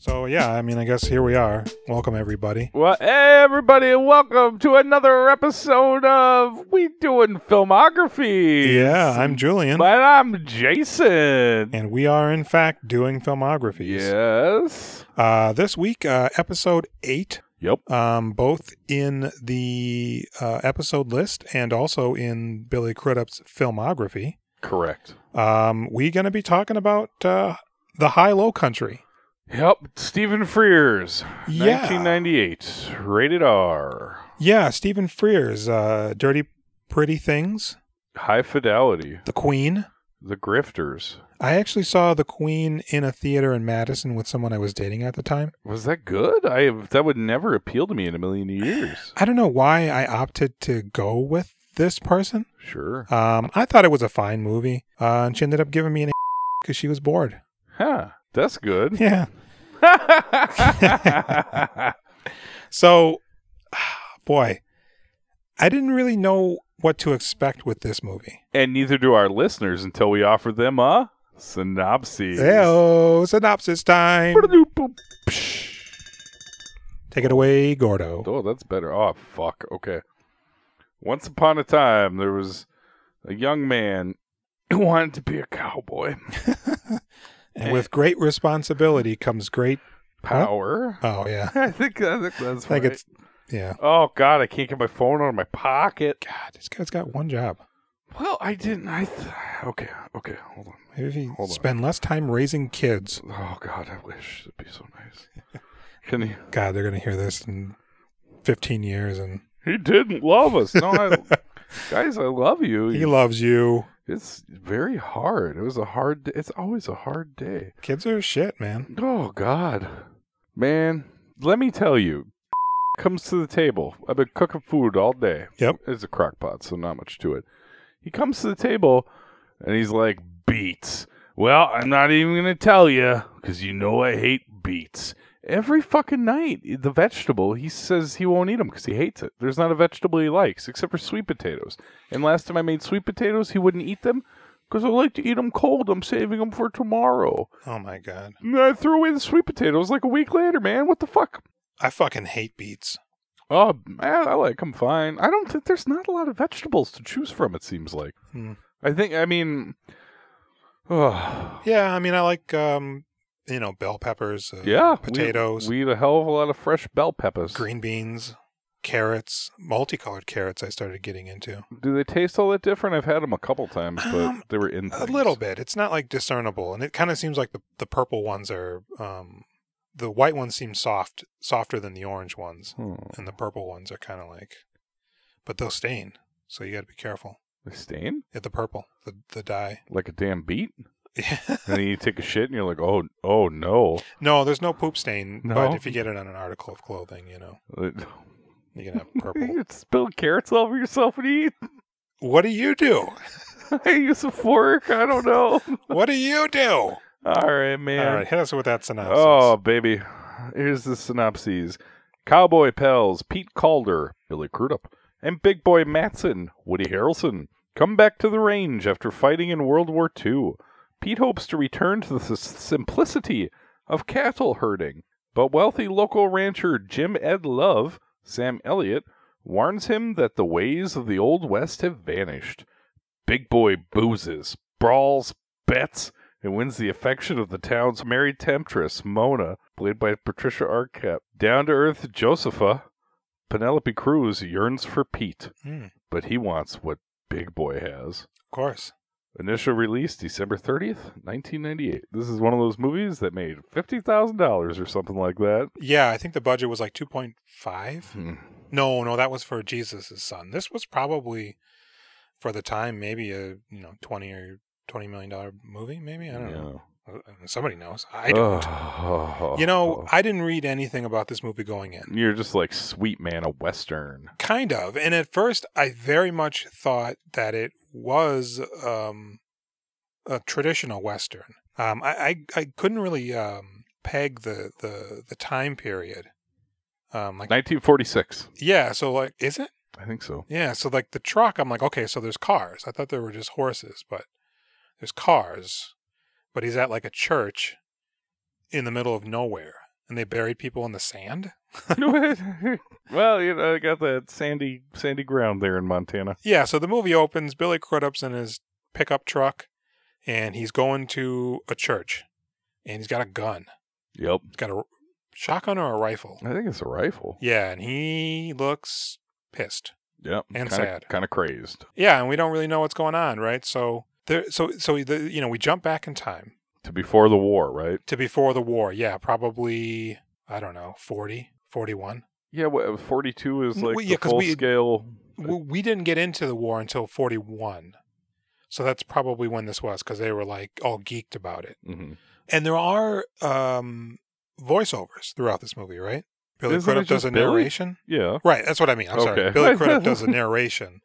So yeah, I mean, I guess here we are. Welcome everybody. Well, hey everybody, and welcome to another episode of We Doing Filmography. Yeah, I'm Julian, and I'm Jason. and we are in fact doing filmographies. Yes. Uh, this week, uh, episode eight, Yep. um, both in the uh, episode list and also in Billy Crudup's filmography. Correct. Um, we going to be talking about uh, the High Low Country. Yep. Stephen Frears, Yeah, 1998, rated R, yeah. Stephen Frears, uh, Dirty Pretty Things, High Fidelity, The Queen. The Grifters. I actually saw The Queen in a theater in Madison with someone I was dating at the time. Was that good? I have, that would never appeal to me in a million years. I don't know why I opted to go with this person. Sure. Um, I thought it was a fine movie, uh, and she ended up giving me an because she was bored. Huh. That's good. Yeah. So, boy, I didn't really know what to expect with this movie. and neither do our listeners until we offer them a synopsis. Hey, synopsis time. Take it away, Gordo. Oh, that's better. Oh, fuck. Okay. Once upon a time, there was a young man who wanted to be a cowboy. And Eh. with great responsibility comes great. Power. Oh yeah, I think I think that's I think right. it's yeah. Oh God, I can't get my phone out of my pocket. God, this guy's got one job. Well, I didn't. I th- okay. Okay, hold on. Maybe if he Hold on. spend less time raising kids. Oh God, I wish it'd be so nice. Can he? God, they're gonna hear this in fifteen years, and He didn't love us. No, I, guys, I love you. he loves you. It's very hard. It was a hard. d- It's always a hard day. Kids are shit, man. Oh God, man. Let me tell you, comes to the table. I've been cooking food all day. Yep. It's a crock pot, so not much to it. He comes to the table, and he's like, "Beets." Well, I'm not even gonna tell you because you know I hate beets. Every fucking night, the vegetable he says he won't eat them because he hates it. There's not a vegetable he likes except for sweet potatoes. And last time I made sweet potatoes, he wouldn't eat them because I like to eat them cold. I'm saving them for tomorrow. Oh my god, And I threw away the sweet potatoes like a week later, man. What the fuck? I fucking hate beets. Oh, man, I like them fine. I don't think there's not a lot of vegetables to choose from, it seems like. Hmm. I think, I mean, oh, Yeah, I mean, I like um, you know, bell peppers. Uh, yeah. we- potatoes, We, eat a hell of a lot of fresh bell peppers. green beans, carrots, multicolored carrots. I started getting into Do they taste all that different? I've had them a couple times, but Um, they were in a things. little bit. It's not like discernible, and it kind of seems like the the purple ones are um, the white ones seem soft, softer than the orange ones, Hmm. and the purple ones are kind of like, but they'll stain. So you got to be careful. They stain At the purple, the the dye. like a damn beet. and then you take a shit and you're like, oh, oh no. no, there's no poop stain. No? But if you get it on an article of clothing, you know you can have purple. you spilled carrots all over yourself when you eat. What do you do? I use a fork. I don't know. What do you do? All right, man. All right, hit us with that synopsis. Oh, baby. Here's the synopses Cowboy pals Pete Calder, Billy Crudup, and Big Boy Matson, Woody Harrelson, come back to the range after fighting in World War II. Pete hopes to return to the s- simplicity of cattle herding, but wealthy local rancher Jim Ed Love, Sam Elliott, warns him that the ways of the Old West have vanished. Big Boy boozes, brawls, bets, and wins the affection of the town's married temptress, Mona, played by Patricia Arquette. Down to earth Josepha, Penelope Cruz yearns for Pete, Hmm, of but he wants what Big Boy has. course. Initial release December 30th, 1998. This is one of those movies that made $50,000 or something like that. Yeah, I think the budget was like 2.5. Hmm. No, no, that was for Jesus' son. This was probably for the time maybe a, you know, 20 or 20 million dollar movie maybe. I don't know. Uh, Somebody knows. I Oh, don't. you know, I didn't read anything about this movie going in. you're just like sweet man a western. Kind of. And at first I very much thought that it was um a traditional western. Um I I, I couldn't really um peg the the the time period. Um like 1946. yeah, so like is it? I think so. Yeah, so like the truck, I'm like, okay, so there's cars. I thought there were just horses, but there's cars. But he's at like a church in the middle of nowhere. and they buried people in the sand. well, you know, I got that sandy sandy ground there in Montana. Yeah, so the movie opens. Billy Crudup's in his pickup truck, and he's going to a church, and he's got a gun. Yep. He's got a shotgun or a rifle. I think it's a rifle. Yeah, and he looks pissed. Yep. And kinda, sad. Kind of crazed. Yeah, and we don't really know what's going on, right? So there, so so the, you know, we jump back in time To before the war, right? to before the war. Yeah, probably I don't know, 40, 41. Yeah, what, 42 is N- like well, the yeah, 'cause full we- scale. we, we didn't get into the war until 41 so that's probably when this was because they were like all geeked about it Mhm. and there are um voiceovers throughout this movie right billy Isn't it crudup does just a Billy? narration Yeah. right that's what i mean i'm sorry Okay. billy crudup does a narration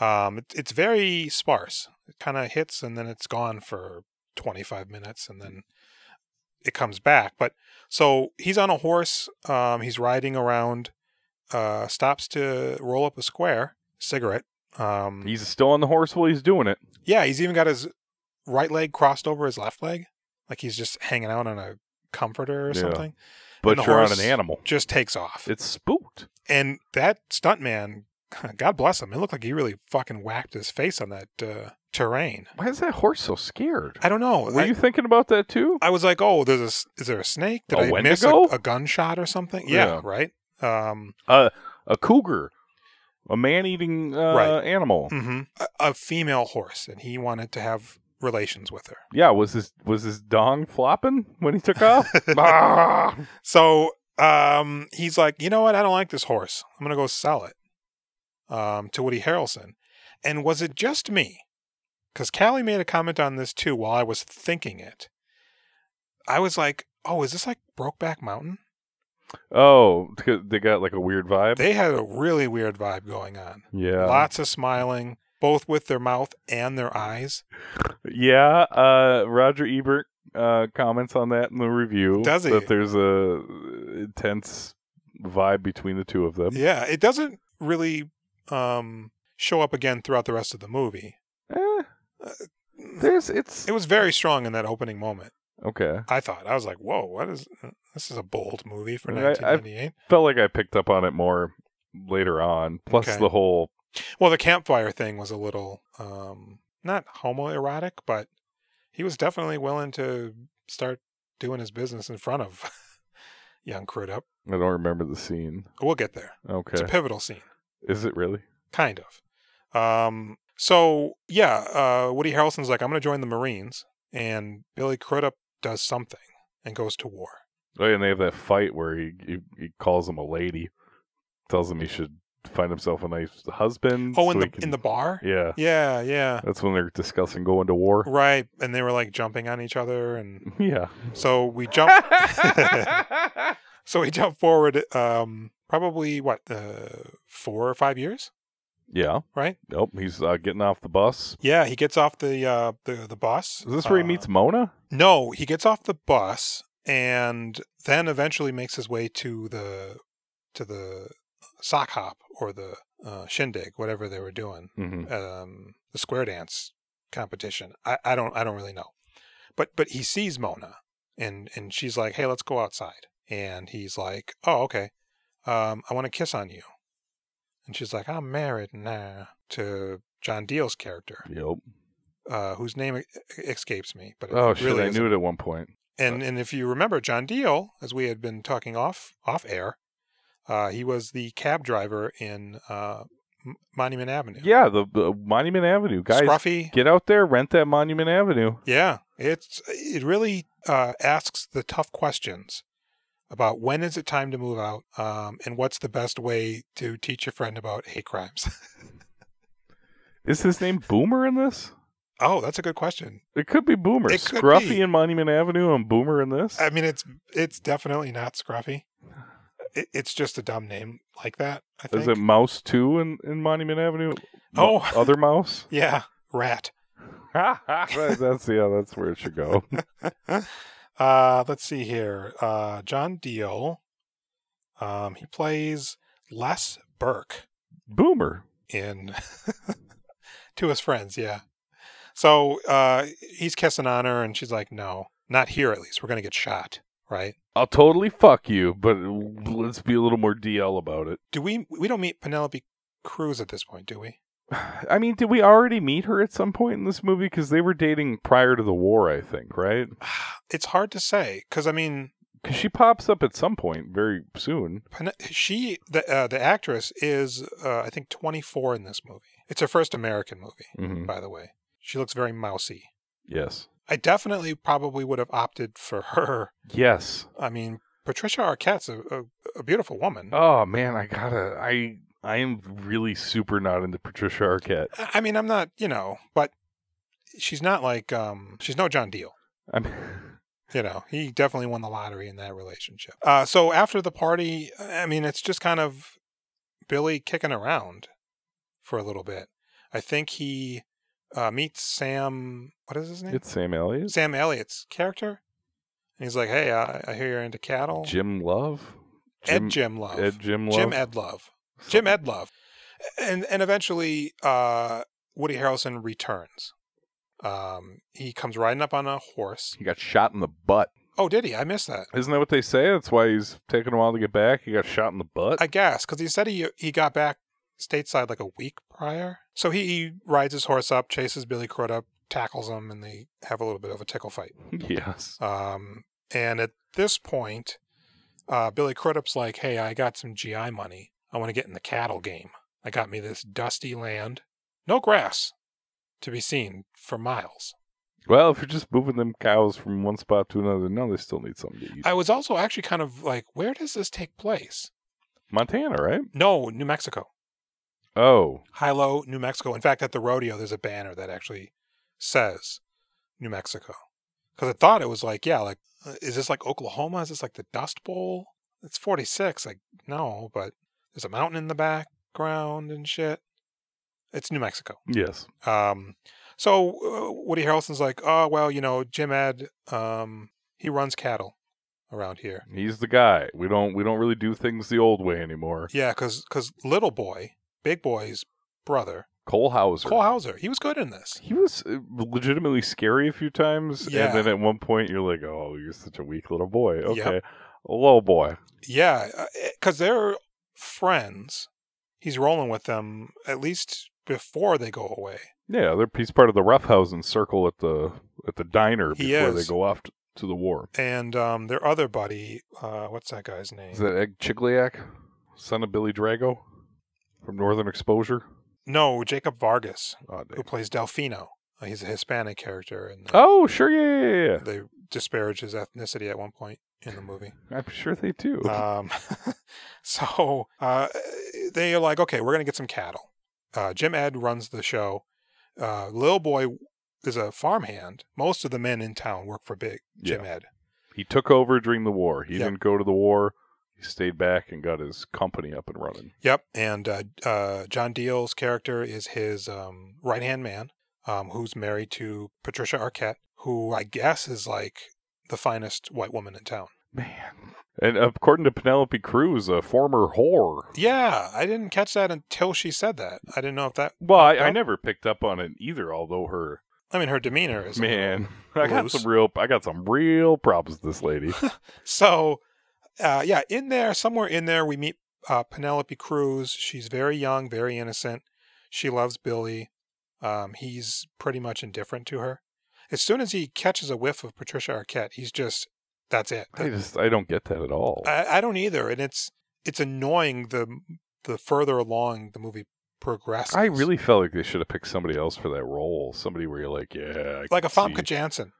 um it, it's very sparse it kind of hits and then it's gone for 25 minutes and then it comes back but so he's on a horse um he's riding around uh stops to roll up a square cigarette um He's still on the horse while he's doing it. yeah he's even got his right leg crossed over his left leg like he's just hanging out on a comforter or Yeah. something But the you're on horse- an animal. just takes off It's spooked. and that stuntman god bless him it looked like he really fucking whacked his face on that uh, terrain Why is that horse so scared? i don't know Were I, you thinking about that too? I was like oh there's a s- is there a snake did A I miss a, Wendigo? a gunshot or something yeah, Yeah. right um A cougar, a man-eating uh, Right. animal. mhm. a, a female horse and he wanted to have relations with her Yeah, was his was his dong flopping when he took off? Ah! So um, he's like, you know what? I don't like this horse. I'm gonna go sell it um, to Woody Harrelson. And was it just me? Because Callie made a comment on this too while I was thinking it. I was like, oh, is this like Brokeback Mountain? Oh, 'cause they got like a weird vibe. They had a really weird vibe going on. yeah, Lots of smiling, both with their mouth and their eyes. yeah. Uh, Roger Ebert uh, comments on that in the review. Does he? That there's a intense vibe between the two of them. Yeah, it doesn't really um, show up again throughout the rest of the movie. Eh, there's it's It was very strong in that opening moment. okay. I thought I was like, "Whoa, what is uh, this? Is a bold movie for Right, I've- 1998." Felt like I picked up on it more later on. Plus Okay. the whole Well, the campfire thing was a little um not homoerotic, but he was definitely willing to start doing his business in front of young Crudup. I don't remember the scene. We'll get there. It's Okay, a pivotal scene, is it really? kind of. Um, so yeah, uh, Woody Harrelson's like, "I'm going to join the Marines," and Billy Crudup does something and goes to war. Oh, and they have that fight where he, he he calls him a lady, tells him he should find himself a nice husband. Oh, Mm, so in he the can- in the bar. yeah, Yeah, yeah. that's when they're discussing going to war. Right, and they were like jumping on each other, and Yeah, so we jump. so we jump forward, um, probably what uh, four or five years, yeah. right? Nope, he's uh, getting off the bus. Yeah, he gets off the uh, the the bus. Is this where he Uh, meets Mona? No, he gets off the bus and then eventually makes his way to the to the sock hop or the uh, shindig, whatever they were doing. Mm-hmm. um, the square dance competition. I, I don't I don't really know, but but he sees Mona and and she's like, hey, let's go outside, and he's like, oh okay, um, I want to kiss on you, and she's like, I'm married now to John Deal's character, Yep. uh, whose name e- escapes me, but it Oh really shit, I isn't. knew it at one point. And and if you remember, John Deal, as we had been talking off off air. Uh, he was the cab driver in uh, M- Monument Avenue. Yeah, the, the Monument Avenue guys. Scruffy, Get out there, rent that Monument Avenue. Yeah, it's it really uh, asks the tough questions about when is it time to move out, um, and what's the best way to teach your friend about hate crimes. Is his name Boomer in this? oh, that's a good question. It could be Boomer. It could Scruffy be. in Monument Avenue and Boomer in this. I mean, it's it's definitely not Scruffy. It, it's just a dumb name like that. I think. Is it Mouse Two in, in Monument Avenue? Oh. Mo- other Mouse. yeah, rat. Right, that's yeah, that's where it should go. Uh, let's see here. Uh, John Deal. Um, he plays Les Burke. Boomer. in to his friends, yeah. So uh he's kissing on her and she's like, No, not here at least. We're gonna get shot, right? I'll totally fuck you, but let's be a little more DL about it. Do we? We don't meet Penelope Cruz at this point, do we? I mean, did we already meet her at some point in this movie? Because they were dating prior to the war, I think, right? It's hard to say because I mean, Because she pops up at some point very soon. Pen- she the uh, the actress is uh, I think 24 in this movie. It's her first American movie, Mhm. by the way. She looks very mousy. Yes. I definitely probably would have opted for her. Yes. I mean, Patricia Arquette's a, a, a beautiful woman. Oh man, I gotta. I I am really super not into Patricia Arquette. I I mean, I'm not, you know, but she's not like um she's no John Deal. I'm. You know, he definitely won the lottery in that relationship. Uh, so after the party, I mean, it's just kind of Billy kicking around for a little bit. I think he uh, meets Sam. What is his name? It's Sam Elliott. Sam Elliott's character, and he's like, "Hey, I, I hear you're into cattle." Jim Love. Ed Jim Love. Ed Jim Love. Jim Ed Love. Jim Edlove. And and eventually uh Woody Harrelson returns. Um he comes riding up on a horse. He got shot in the butt. Oh, did he? I missed that. Isn't that what they say? That's why he's taking a while to get back. He got shot in the butt. I guess cuz he said he he got back stateside like a week prior. So he, he rides his horse up, chases Billy Crudup, tackles him and they have a little bit of a tickle fight. yes. Um and at this point uh Billy Crudup's like, "Hey, I got some GI money. I want to get in the cattle game. I got me this dusty land, no grass to be seen for miles." Well, if you're just moving them cows from one spot to another, no, they still need something to eat. I was also actually kind of like, "Where does this take place?" Montana, right? No, New Mexico. Oh, Hilo, New Mexico. In fact, at the rodeo there's a banner that actually says New Mexico. Cuz I thought it was like, yeah, like uh, is this like Oklahoma? Is this like the Dust Bowl? It's 46, like no, but there's a mountain in the background and shit. It's New Mexico. yes. Um, so uh, Woody Harrelson's like, oh well, you know, Jim Ed, um, he runs cattle around here. He's the guy. We don't we don't really do things the old way anymore. Yeah, because little boy, big boy's brother, Cole Hauser. Cole Hauser, he was good in this. He was uh, legitimately scary a few times, Yeah. and then at one point you're like, "Oh, you're such a weak little boy." Yep. Okay, little boy. Yeah, because they're friends. He's rolling with them at least before they go away. Yeah, they're he's part of the roughhousing circle at the at the diner He before is. they go off t- to the war. And um, their other buddy, uh, what's that guy's name? Is that Egg Chigliak, son of Billy Drago, from Northern Exposure? no, Jacob Vargas, Oh, who damn. plays Delfino. Uh, He's a Hispanic character, and oh sure, yeah, yeah, yeah, they disparage his ethnicity at one point in the movie. yeah. I'm sure they do. Um, so uh, they are like, okay, we're going to get some cattle. Uh, Jim Ed runs the show. Uh, Lil Boy is a farmhand. Most of the men in town work for Big Jim Ed. he took over during the war. He Yep. didn't go to the war. He stayed back and got his company up and running. Yep. And uh, uh, John Deal's character is his um, right hand man, um, who's married to Patricia Arquette, who I guess is like the finest white woman in town. Man. And according to Penelope Cruz, a former whore. Yeah, I didn't catch that until she said that. I didn't know if that. Well, I, I Nope. never picked up on it either. Although her I mean, her demeanor is a little- man, I got loose. some real, I got some real problems with this lady. So, uh, yeah, in there, somewhere in there, we meet uh, Penelope Cruz. She's very young, very innocent. She loves Billy. Um, he's pretty much indifferent to her. As soon as he catches a whiff of Patricia Arquette, he's just, that's it. I just, I don't get that at all. I, I don't either, and it's it's annoying the the further along the movie progresses. I really felt like they should have picked somebody else for that role. Somebody where you're like, yeah, I like a can Famke see- Janssen.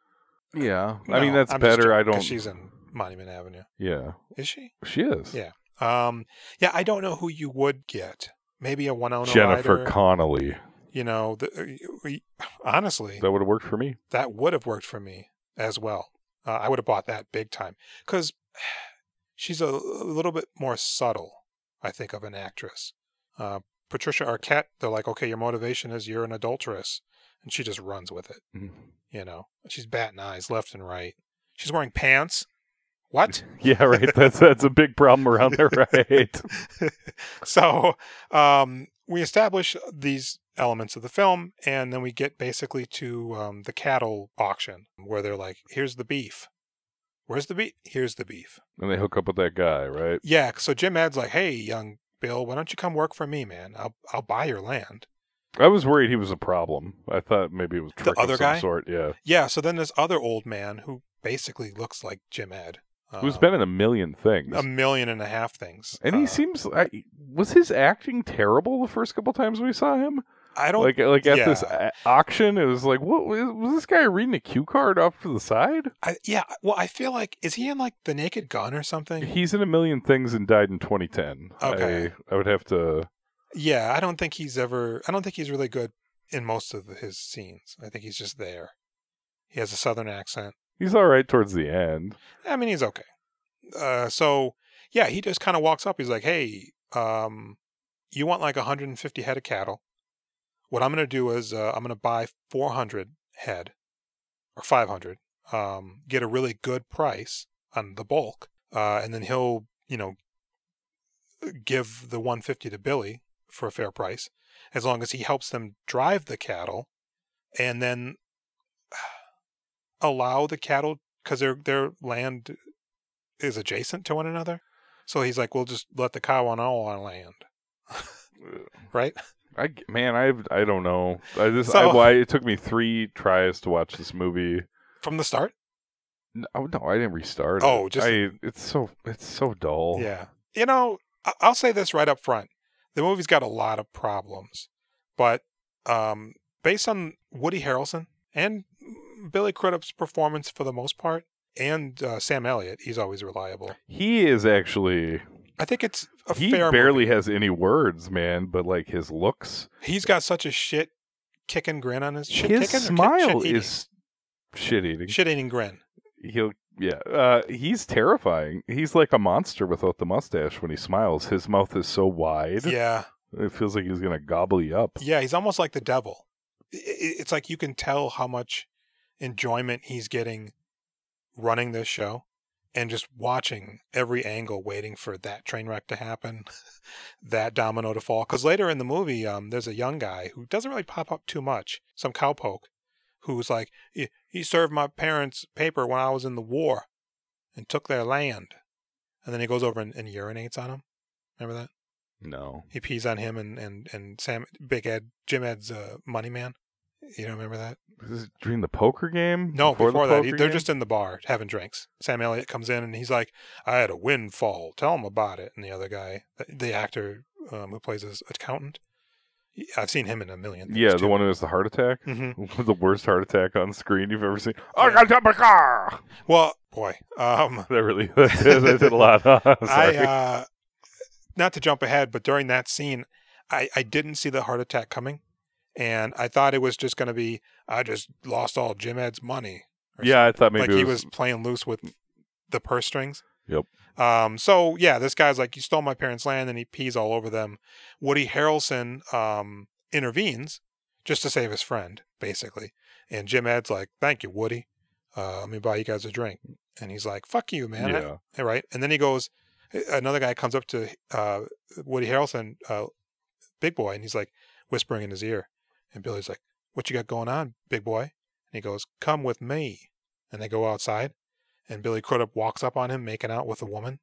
Yeah, I No, mean that's I'm just better. joking, I 'cause don't. She's in Monument Avenue, Yeah, is she? she is. Yeah. Um, yeah, I don't know who you would get. Maybe a Winona Jennifer Ryder. Connolly. you know, the, we, honestly, That would have worked for me. that would have worked for me as well. Uh, I would have bought that big time because she's a, little bit more subtle, I think, of an actress. Uh, Patricia Arquette, they're like, okay, your motivation is you're an adulteress, and she just runs with it. You know, she's batting eyes left and right. She's wearing pants. What? Yeah, right. That's that's a big problem around there, right? so um, we establish these elements of the film, and then we get basically to um, the cattle auction where they're like, "Here's the beef. Where's the beef? Here's the beef. And they hook up with that guy, right? Yeah. So Jim Ed's like, hey, young Bill, why don't you come work for me, man? I'll I'll buy your land. I was worried he was a problem. I thought maybe it was a The trick of other some guy? sort. Yeah, Yeah. So then this other old man who basically looks like Jim Ed, um, who's been in a million things, a million and a half things, and he Uh, seems. I, was his acting terrible the first couple times we saw him? I don't. Like, like at yeah. this a- auction, it was like, what was, was this guy reading a cue card off to the side? I, yeah. Well, I feel like is he in like the Naked Gun or something? He's in a million things and died in 2010. Okay. I, I would have to. Yeah. I don't think he's ever. I don't think he's really good in most of his scenes. I think he's just there. He has a southern accent. He's all right towards the end. I mean, he's okay. Uh, so yeah, he just kind of walks up. He's like, "Hey, um, you want like 150 head of cattle? What I'm gonna do is uh, I'm gonna buy 400 head or 500. Um, get a really good price on the bulk, uh, and then he'll, you know, give the 150 to Billy for a fair price, as long as he helps them drive the cattle, and then allow the cattle because their their land is adjacent to one another. So he's like, we'll just let the cow on all our land, right? I man, I I don't know. I this So- I, why it took me three tries to watch this movie. From the start. No, no I didn't restart. it. Oh, just- I, it's so it's so dull. Yeah. You know, I- I'll say this right up front: the movie's got a lot of problems, but um, based on Woody Harrelson and Billy Crudup's performance for the most part, and uh, Sam Elliott, he's always reliable. He is actually I think it's a he fair. barely has any words, man. But like his looks, movie. He's got such a shit kicking grin on his shit his kicking smile is shit eating. shit eating grin. He'll yeah. Uh, he's terrifying. He's like a monster without the mustache when he smiles. His mouth is so wide. Yeah. It feels like he's gonna gobble you up. Yeah, he's almost like the devil. I- i- It's like you can tell how much enjoyment he's getting running this show and just watching every angle, waiting for that train wreck to happen, that domino to fall. Because later in the movie, um, there's a young guy who doesn't really pop up too much, some cowpoke, who's like, "He- he served my parents' paper when I was in the war and took their land. And then he goes over and, and urinates on him. Remember that? No. he pees on him and and and Sam Big Ed Jim Ed's uh, money man. You don't remember that? Is it during the poker game? No, before, the that, he- poker they're game? just in the bar having drinks. Sam Elliott comes in and he's like, "I had a windfall. Tell him about it." And the other guy, the- the actor um, who plays his accountant, he- I've seen him in a million. Things Yeah, the one who has the heart attack. hmm the worst heart attack on screen you've ever seen. Yeah. I got jump a car. Well, boy, um, That really that did, that did a lot. I'm I sorry. uh, not to jump ahead, but during that scene, I, I didn't see the heart attack coming, and I thought it was just going to be I just lost all Jim Ed's money. or yeah, I thought maybe like it he was, was playing loose with the purse strings. Yep. Um. So yeah, this guy's like, "You stole my parents' land," and he pees all over them. Woody Harrelson um intervenes just to save his friend, basically. And Jim Ed's like, "Thank you, Woody. Uh, let me buy you guys a drink." And he's like, "Fuck you, man. I- yeah. all right? And then he goes, another guy comes up to uh, Woody Harrelson, uh, big boy, and he's like whispering in his ear. And Billy's like, "What you got going on, big boy?" And he goes, "Come with me." And they go outside, and Billy Crudup walks up on him, making out with a woman.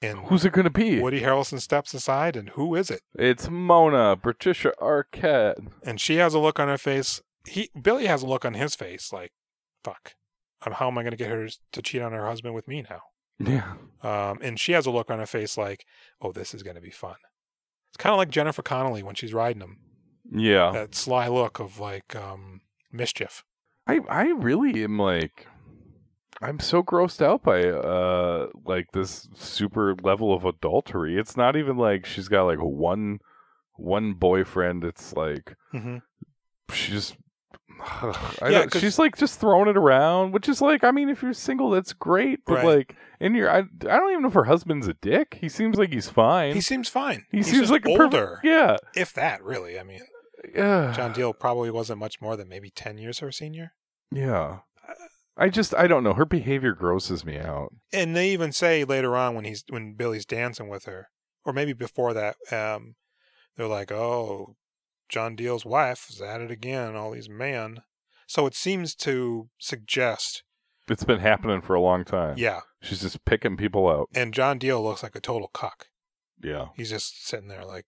And Who's it gonna be? Woody Harrelson steps aside, and who is it? It's Mona Patricia Arquette. And she has a look on her face. He Billy has a look on his face, like, "Fuck, Um, how am I going to get her to cheat on her husband with me now?" Yeah, Um, and she has a look on her face like, oh, this is going to be fun. It's kind of like Jennifer Connelly when she's riding him. yeah. That sly look of like um, mischief. I I really am like I'm so grossed out by uh like this super level of adultery. It's not even like she's got like one one boyfriend. It's like Mm-hmm. she just I Yeah, don't- 'cause- she's like just throwing it around, which is like I mean if you're single that's great, but Right. like in your I, I don't even know if her husband's a dick. He seems like he's fine. He seems fine. he He's seems just like a perfect- older, yeah. if that really. I mean, Yeah. John Deal probably wasn't much more than maybe 10 years her senior. Yeah. I just I don't know. Her behavior grosses me out. And they even say later on when he's when Billy's dancing with her, or maybe before that, um, they're like, "Oh, John Deal's wife is at it again. All these men." So it seems to suggest It's been happening for a long time. Yeah. She's just picking people out. And John Deal looks like a total cuck. Yeah. He's just sitting there like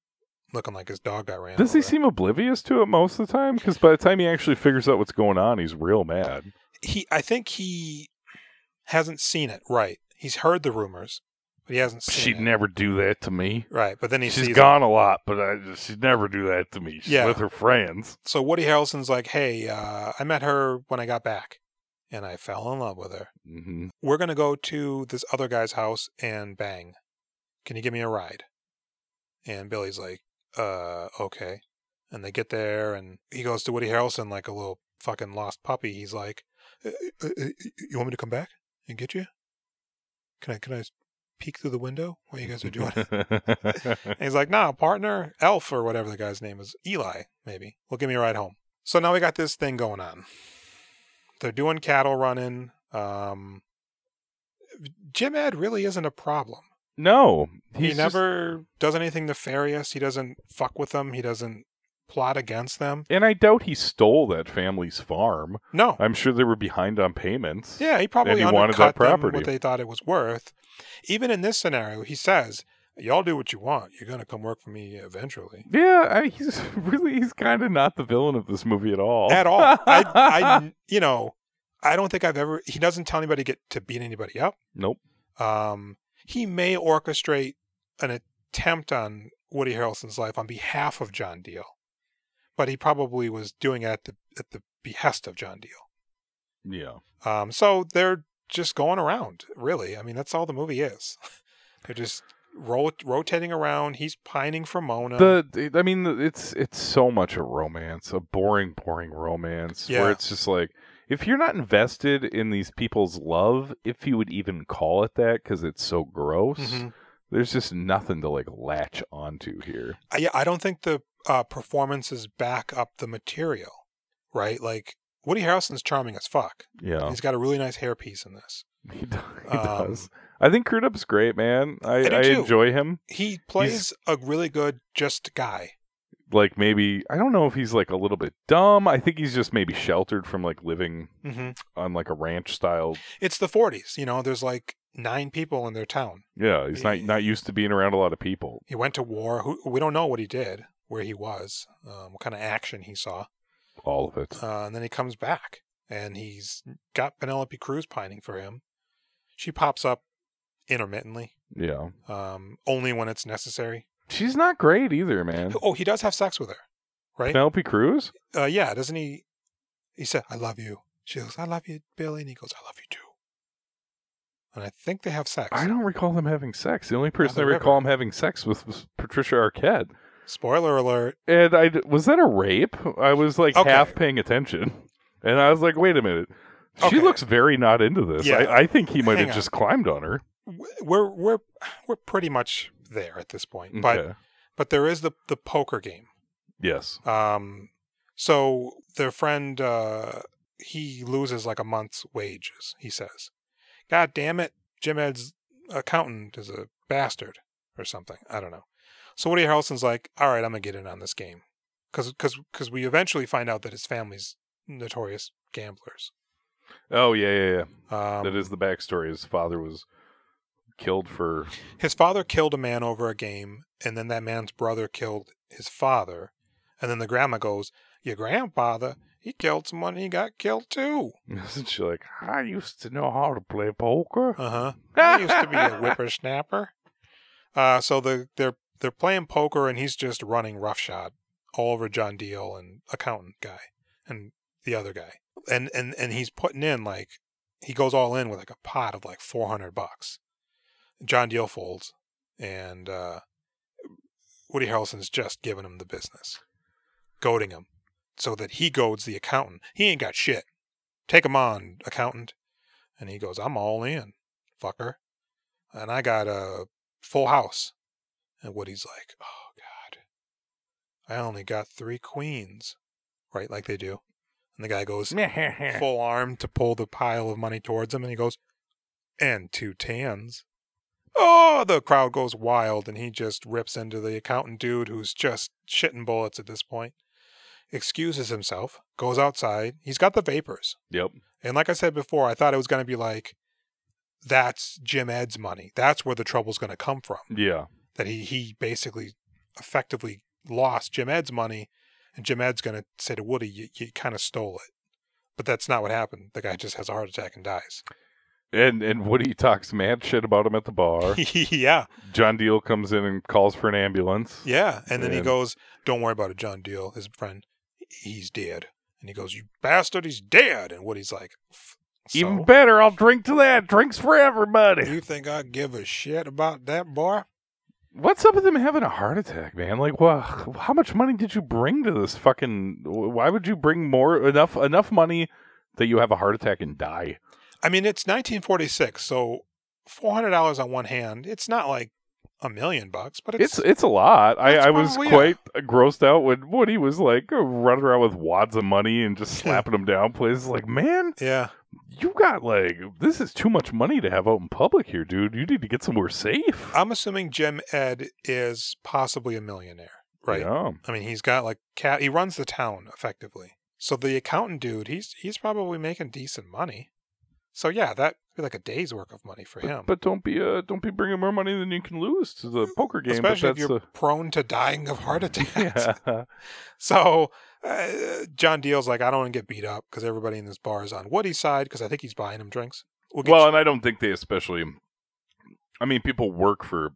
looking like his dog got ran. Does he over. seem oblivious to it most of the time? Because by the time he actually figures out what's going on, he's real mad. he I think he hasn't seen it right. He's heard the rumors, but he hasn't seen She'd it. never do that to me. right, but then he She's sees it. gone a lot, but I just, she'd never do that to me. She's Yeah. with her friends. So Woody Harrelson's like, "Hey, uh, I met her when I got back, and I fell in love with her. Mm-hmm. We're gonna go to this other guy's house and bang. Can you give me a ride?" And Billy's like, "Uh, okay." And they get there, and he goes to Woody Harrelson like a little fucking lost puppy. He's like, "Uh, uh, uh, "You want me to come back and get you? Can I can I peek through the window while you guys are doing it?" And he's like, nah, partner, Elf or whatever the guy's name is, Eli, maybe. Well, give me a ride home. So now we got this thing going on. They're doing cattle running. Um, Jim Ed really isn't a problem. no, he's he just- never does anything nefarious. He doesn't fuck with them. He doesn't plot against them. and I doubt he stole that family's farm. No. I'm sure they were behind on payments. Yeah, he probably And he wanted undercut that them property. what they thought it was worth. Even in this scenario, he says, "Y'all do what you want. You're gonna come work for me eventually." Yeah, I, he's really he's kind of not the villain of this movie at all. at all. I, I, you know, I don't think I've ever. He doesn't tell anybody get to beat anybody up. nope. Um, he may orchestrate an attempt on Woody Harrelson's life on behalf of John Deal, but he probably was doing it at the at the behest of John Deal. Yeah. Um, so they're just going around. Really, I mean, that's all the movie is. they're just ro- rotating around. He's pining for Mona. The it- I mean, it's it's so much a romance, a boring, boring romance where Yeah. it's just like if you're not invested in these people's love, if you would even call it that, because it's so gross. Mhm. There's just nothing to like latch onto here. I- yeah, I don't think the uh, performances back up the material, right? Like Woody Harrelson's charming as fuck. Yeah, He's got a really nice hairpiece in this. he, do- he Um, does. I think Crudup's great, man. I, I do I too. enjoy him. He plays a really good just guy. Like maybe I don't know if he's like a little bit dumb. I think he's just maybe sheltered from like living Mm-hmm. on like a ranch style. It's the 40s, you know. There's like nine people in their town. Yeah, he's not Yeah. not used to being around a lot of people. He went to war. Who, we don't know what he did, where he was, um, what kind of action he saw, All of it. uh, and then he comes back and he's got Penelope Cruz pining for him. She pops up intermittently, Yeah. um, only when it's necessary. She's not great either, man. Oh, he does have sex with her, right? Penelope Cruz? Uh, yeah, doesn't he? He said, "I love you." She goes, "I love you, Billy," and he goes, "I love you too." And I think they have sex. I don't recall them having sex. The only person I Neither recall ever. them having sex with was Patricia Arquette. Spoiler alert. And I d- was that a rape? I was like Okay. half paying attention. And I was like, wait a minute. She Okay. looks very not into this. Yeah. I, I think he might Hang on. have just climbed on her. W- We're we're we're pretty much there at this point, but Okay. but there is the the poker game. yes. Um, so their friend uh he loses like a month's wages. He says, "God damn it, Jim Ed's accountant is a bastard or something." I don't know. So Woody Harrelson's like, "All right, I'm gonna get in on this game," because because because we eventually find out that his family's notorious gamblers. Oh yeah, yeah, yeah. Um, that is the backstory. His father was killed for His father killed a man over a game, and then that man's brother killed his father, and then the grandma goes, "Your grandfather, he killed someone, he got killed too." isn't she like, I used to know how to play poker. Uh huh. I used to be a whippersnapper. Uh, so the, they're they're playing poker, and he's just running roughshod all over John Deal and accountant guy and the other guy, and and and he's putting in like he goes all in with like a pot of like four hundred bucks. John Deal folds, and uh, Woody Harrelson's just giving him the business, goading him, so that he goads the accountant. He ain't got shit. Take him on, accountant. And he goes, I'm all in, fucker. And I got a full house. And Woody's like, oh, God, I only got three queens, right? Like they do. And the guy goes full arm to pull the pile of money towards him. And he goes, and two tans. Oh, the crowd goes wild. And he just rips into the accountant dude who's just shitting bullets at this point. excuses himself, goes outside. He's got the vapors. Yep. And like I said before, I thought it was going to be like, that's Jim Ed's money. That's where the trouble's going to come from. Yeah. That he, he basically effectively lost Jim Ed's money, and Jim Ed's going to say to Woody, you, you kind of stole it. But that's not what happened. The guy just has a heart attack and dies. And and Woody talks mad shit about him at the bar. yeah. John Deal comes in and calls for an ambulance. Yeah. And then he And- goes, Don't worry about it, John Deal, his friend. He's dead. And he goes, You bastard, he's dead. And Woody's like, "F- so? Even better, I'll drink to that. Drinks for everybody. You think I give a shit about that boy? What's up with him having a heart attack, man? Like, well, how much money did you bring to this fucking? Why would you bring more enough enough money that you have a heart attack and die? I mean, it's 1946, so $400 on one hand, it's not like a million bucks, but it's, It's it's a lot. I, It's I was probably a- quite grossed out when Woody was like running around with wads of money and just slapping him down places. Like, man, yeah. you got like this is too much money to have out in public here, dude. You need to get somewhere safe. I'm assuming Jim Ed is possibly a millionaire, right? Yeah. I mean, he's got like cat. He runs the town effectively. So the accountant dude, he's he's probably making decent money. So yeah, that would be like a day's work of money for him. But don't be uh, don't be bringing more money than you can lose to the poker game. especially but if that's you're prone to dying of heart attacks. a, yeah. So uh, John Deal's like, I don't want to get beat up because everybody in this bar is on Woody's side because I think he's buying him drinks. We'll get well, you- and I don't think they especially. I mean, people work for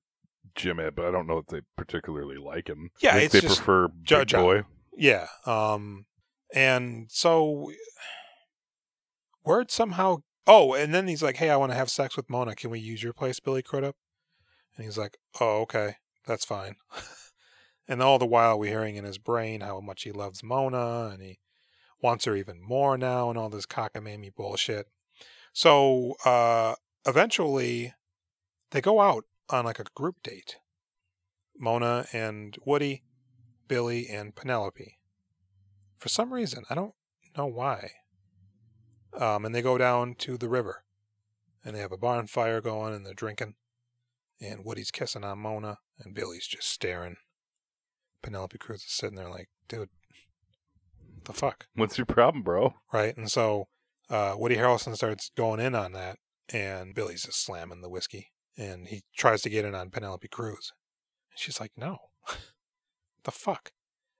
Jim Ed, but I don't know if they particularly like him. Yeah, I think it's they just prefer Jo- Big John. Boy. Yeah. Um and so word somehow oh, and then he's like, Hey, I want to have sex with Mona. Can we use your place, Billy Crudup? And he's like, Oh, okay, that's fine. and all the while we're hearing in his brain how much he loves Mona and he wants her even more now and all this cockamamie bullshit. So uh eventually they go out on like a group date. Mona and Woody Billy, and Penelope. For some reason, I don't know why. Um, and they go down to the river, and they have a barn fire going, and they're drinking. And Woody's kissing on Mona, and Billy's just staring. Penelope Cruz is sitting there like, dude, the fuck, What's your problem, bro? right? And so uh, Woody Harrelson starts going in on that, and Billy's just slamming the whiskey, and he tries to get in on Penelope Cruz. And she's like, no. the fuck?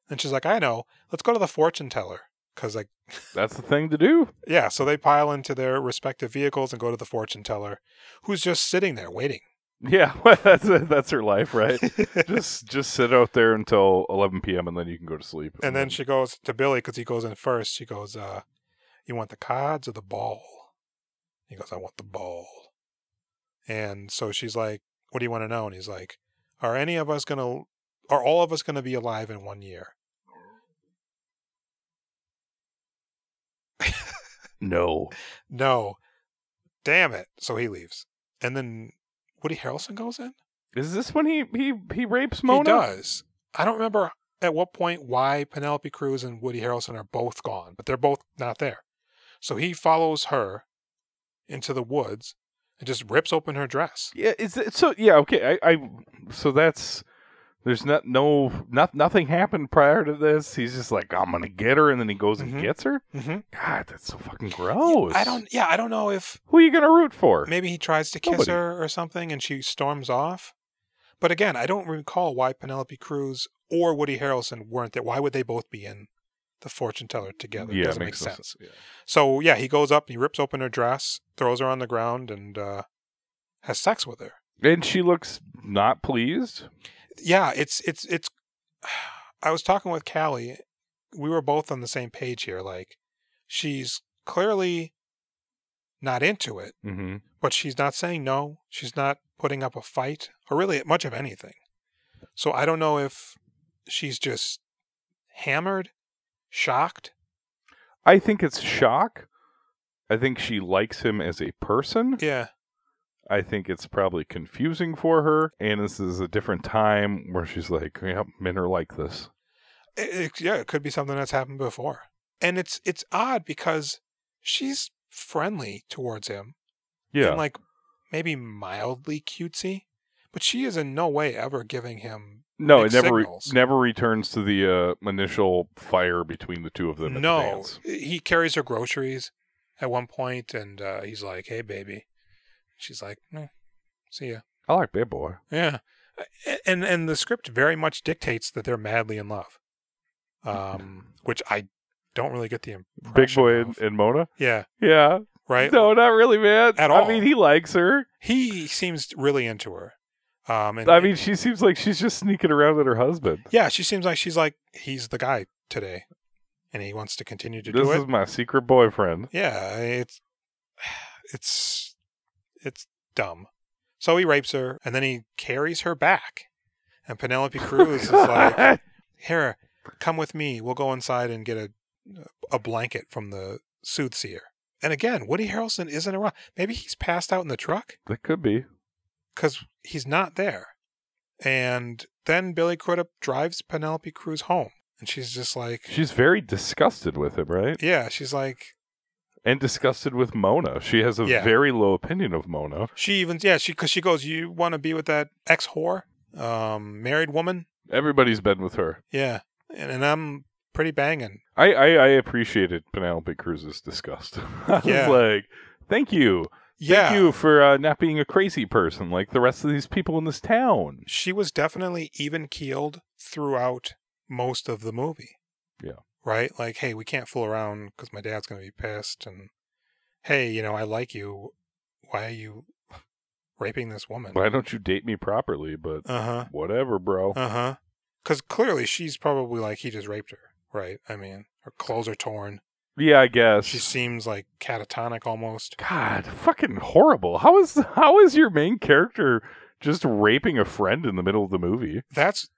And she's like, I know. Let's go to the fortune teller. Because, like, That's the thing to do. yeah, so they pile into their respective vehicles and go to the fortune teller, who's just sitting there waiting. Yeah, that's that's her life, right? just just sit out there until 11 p.m. and then you can go to sleep. and then she goes to Billy because he goes in first. She goes, uh, You want the cards or the ball? He goes, I want the ball. And so she's like, What do you want to know? And he's like, Are any of us going to, are all of us going to be alive in one year? no, No. Damn it. So he leaves. And then Woody Harrelson goes in? is this when he he he rapes Mona? He does. I don't remember at what point why Penelope Cruz and Woody Harrelson are both gone, but they're both not there. So he follows her into the woods and just rips open her dress. Yeah, is it, so. Yeah, okay. I, I so that's there's not no not nothing happened prior to this. He's just like I'm gonna get her, and then he goes and Mhm. gets her. Mm-hmm. God, that's so fucking gross. I don't. Yeah, I don't know if Who are you gonna root for? maybe he tries to kiss Nobody. her or something and she storms off. But again, I don't recall why Penelope Cruz or Woody Harrelson weren't there. Why would they both be in the fortune teller together? yeah, it it doesn't makes make no sense. Yeah. So yeah, he goes up, he rips open her dress, throws her on the ground, and uh, has sex with her. And she looks not pleased. Yeah, it's it's it's. I was talking with Callie. We were both on the same page here. Like, she's clearly not into it, Mm-hmm. but she's not saying no. She's not putting up a fight, or really much of anything. So I don't know if she's just hammered, shocked. I think it's shock. I think she likes him as a person. Yeah, I think it's probably confusing for her. And this is a different time where she's like, "Yep, men are like this." it, it- yeah, it could be something that's happened before. And it's it's odd because she's friendly towards him Yeah. and like maybe mildly cutesy, but she is in no way ever giving him No, it Mixed never re- signals. never returns to the uh, initial fire between the two of them. At the no, dance. he carries her groceries at one point, and uh, he's like, "Hey, baby," she's like, "Eh, "See ya." I like Bad Boy. Yeah, A- and and the script very much dictates that they're madly in love, um, which I don't really get the impression. Mm-hmm. Big Boy of. and, and Mona. yeah, Yeah, right. no, not really, man. At I all. mean, he likes her. He seems really into her. Um, and, I mean, she seems like she's just sneaking around at her husband. yeah, she seems like she's like he's the guy today, and he wants to continue to this do it. is my secret boyfriend. Yeah, it's it's it's dumb. So he rapes her, and then he carries her back. And Penelope Cruz is like, "Here, come with me. We'll go inside and get a a blanket from the soothsayer." And again, Woody Harrelson isn't around. Maybe he's passed out in the truck that could be. because he's not there. And then Billy Crudup drives Penelope Cruz home, and she's just like, She's very disgusted with him, right? "Yeah." She's like, And disgusted with Mona. She has a Yeah. very low opinion of Mona. She even yeah she because she goes you want to be with that ex whore, um, married woman Everybody's been with her. yeah, and, and I'm pretty banging I, I, I appreciated Penelope Cruz's disgust. I Yeah. was like, thank you. yeah. Thank you for uh, not being a crazy person like the rest of these people in this town. She was definitely even keeled throughout most of the movie. Yeah. Right. Like hey, we can't fool around because my dad's gonna be pissed, and hey, you know I like you. Why are you raping this woman? Why don't you date me properly? But Uh huh. whatever, bro. Uh huh. Because clearly she's probably like he just raped her. Right. I mean her clothes are torn. yeah, I guess. She seems like catatonic almost. God, fucking horrible. How is how is your main character just raping a friend in the middle of the movie? That's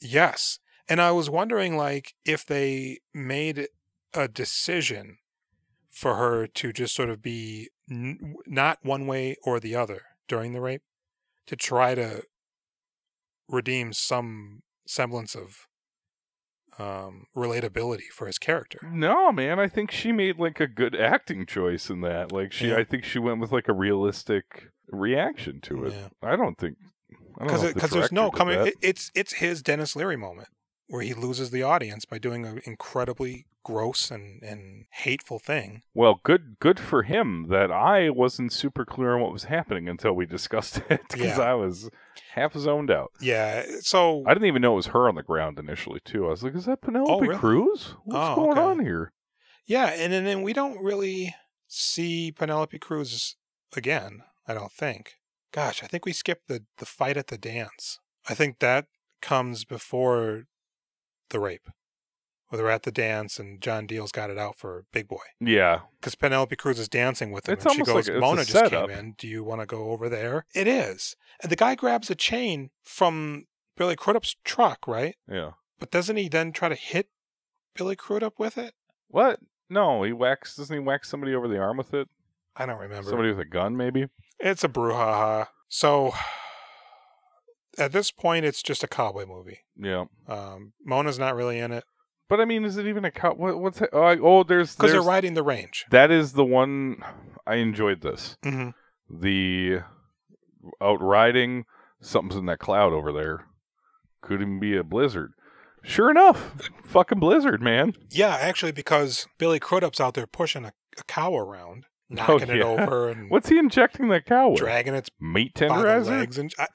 yes. And I was wondering like if they made a decision for her to just sort of be n- not one way or the other during the rape to try to redeem some semblance of um relatability for his character. No, man, I think she made like a good acting choice in that. Like she Yeah. I think she went with like a realistic reaction to it. Yeah. I don't think Cuz cuz there's no coming It, it, it's it's his Dennis Leary moment where he loses the audience by doing an incredibly gross and and hateful thing. well, good good for him that I wasn't super clear on what was happening until we discussed it because Yeah. I was half zoned out. Yeah, so I didn't even know it was her on the ground initially too. I was like, "Is that Penelope Oh, really? Cruz? What's Oh, going okay. on here?" Yeah, and then- then we don't really see Penelope Cruz again. I don't think. Gosh, I think we skipped the the fight at the dance. I think that comes before the rape, where they're at the dance and John Deal's got it out for Big Boy Yeah, because Penelope Cruz is dancing with him, It's and she almost like goes, it's a "Mona just setup. came in. Do you want to go over there?" It is, and the guy grabs a chain from Billy Crudup's truck, right? yeah. But doesn't he then try to hit Billy Crudup with it? What? No, he whacks. Doesn't he whack somebody over the arm with it? I don't remember. Somebody with a gun, maybe. It's a brouhaha. So at this point, it's just a cowboy movie. Yeah. Um, Mona's not really in it But I mean, is it even a cop? What, what's it? Oh, I- oh, there's because they're there's- riding the range. That is the one I enjoyed. This Mm-hmm. the out riding. Something's in that cloud over there. Could even be a blizzard. Sure enough, fucking blizzard, man. Yeah, actually, because Billy Crudup's out there pushing a, a cow around, knocking Oh, yeah. it over and What's he injecting that cow with? dragging its Meat by the tenderizer. legs. And I,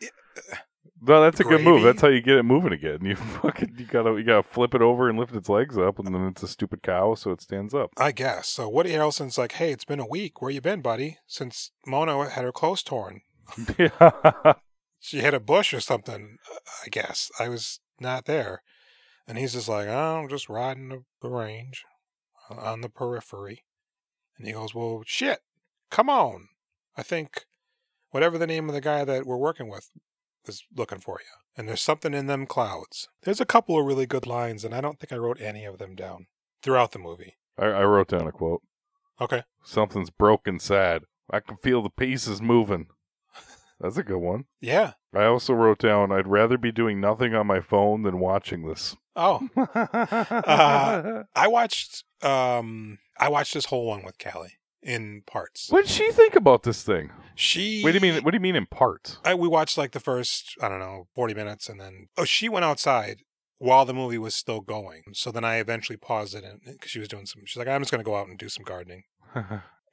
No, that's a good move. Gravy? That's how you get it moving again. You fucking you gotta you gotta flip it over and lift its legs up, and then it's a stupid cow, so it stands up. I guess so. Woody Harrelson's like, "Hey, it's been a week. Where you been, buddy? Since Mona had her clothes torn, yeah, she hit a bush or something. I guess I was not there." And he's just like, oh, I'm just riding the, the range uh, on the periphery. And he goes, Well, shit, come on. I think whatever the name of the guy that we're working with is looking for you. And there's something in them clouds. There's a couple of really good lines, and I don't think I wrote any of them down throughout the movie. I, I wrote down a quote. Okay. Something's broke inside. I can feel the pieces moving. That's a good one. Yeah. I also wrote down. I'd rather be doing nothing on my phone than watching this. Oh, I watched um I watched this whole one with Callie in parts. What did she think about this thing? She. What do you mean? What do you mean in parts? I, we watched like the first, I don't know, 40 minutes, and then oh, she went outside while the movie was still going. So then I eventually paused it because she was doing some. She's like, I'm just going to go out and do some gardening.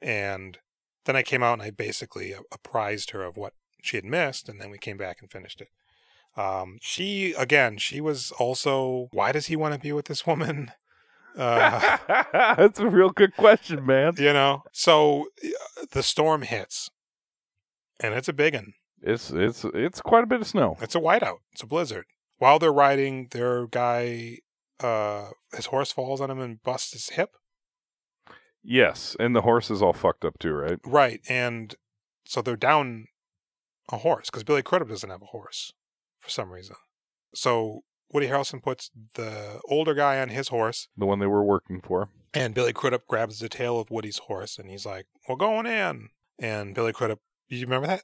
and then I came out and I basically apprised her of what she had missed, and then we came back and finished it. Um, she again, she was also. Why does he want to be with this woman? Uh, That's a real good question, man. you know, so uh, the storm hits, and it's a big one. It's it's it's quite a bit of snow. It's a whiteout. It's a blizzard. While they're riding, their guy, uh, his horse falls on him and busts his hip. Yes, and the horse is all fucked up too, right? Right, and so they're down a horse because Billy Crudup doesn't have a horse for some reason. So Woody Harrelson puts the older guy on his horse, The one they were working for. and Billy Crudup grabs the tail of Woody's horse, and he's like, "We're going in." And Billy Crudup, you remember that?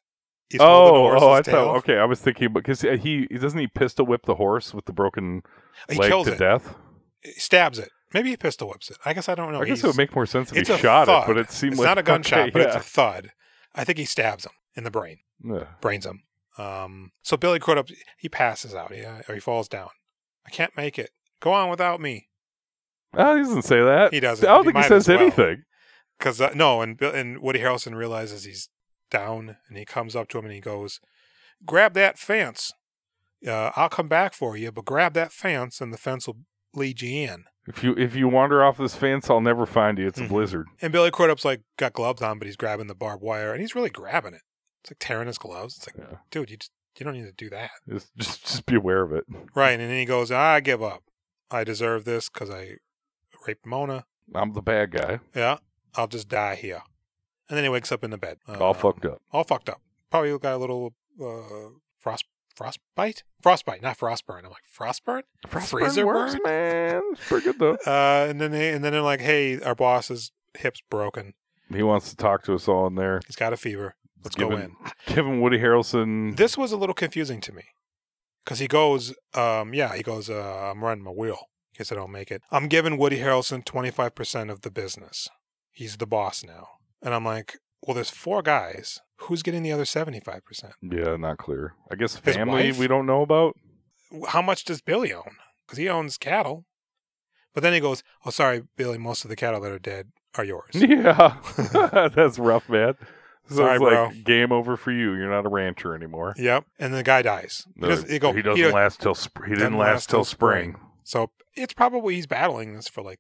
He's holding the oh, horse's oh, I tail. thought. Okay, I was thinking, but because he he- doesn't he pistol whip the horse with the broken He leg kills to it, death. He stabs it. Maybe he pistol whips it. I guess I don't know. I guess He's- it would make more sense if it's he a shot thud. it, but it seemed it's like not a gunshot, okay, but it's yeah. a thud. I think he stabs him in the brain, Ugh. brains him. Um, so Billy Crudup, he passes out, yeah, or he falls down. I can't make it. Go on without me. Oh, he doesn't say that. He I doesn't. don't He think he might as says well. anything. Because uh, no, and Bill- and Woody Harrelson realizes he's down, and he comes up to him and he goes, "Grab that fence. Uh, I'll come back for you, but grab that fence, and the fence will lead you in." If you if you wander off this fence, I'll never find you. It's a Mhm. blizzard. And Billy Crudup's like got gloves on, but he's grabbing the barbed wire, and he's really grabbing it. It's like tearing his gloves. It's like, Yeah. dude, you just, you don't need to do that, Just just, just be aware of it. right? And then he goes, "I give up. I deserve this because I raped Mona. I'm the bad guy. Yeah, I'll just die here." And then he wakes up in the bed, all Um, fucked up. all fucked up. Probably got a little uh, frost frostbite, frostbite, not frostburn. I'm like frostburn. freezer works, burn? man. It's pretty good though. Uh, and then they and then they're like, hey, our boss's hip's broken. He wants to talk to us all in there. He's got a fever. Let's give go him- in. Give him Woody Harrelson. This was a little confusing to me because he goes, um, yeah, he goes, uh, I'm running my wheel in case I don't make it. I'm giving Woody Harrelson 25% of the business. He's the boss now. And I'm like, well, there's four guys. Who's getting the other 75%? yeah, not clear. I guess His family wife? we don't know about. how much does Billy own? Because he owns cattle. But then he goes, oh, sorry, Billy, most of the cattle that are dead are yours. Yeah, that's rough, man. So Sorry, it's like bro. game over for you. You're not a rancher anymore. yep. And the guy dies. He No, doesn't, he go, he doesn't he- last till sp- he didn't doesn't last till spring. So it's probably he's battling this for like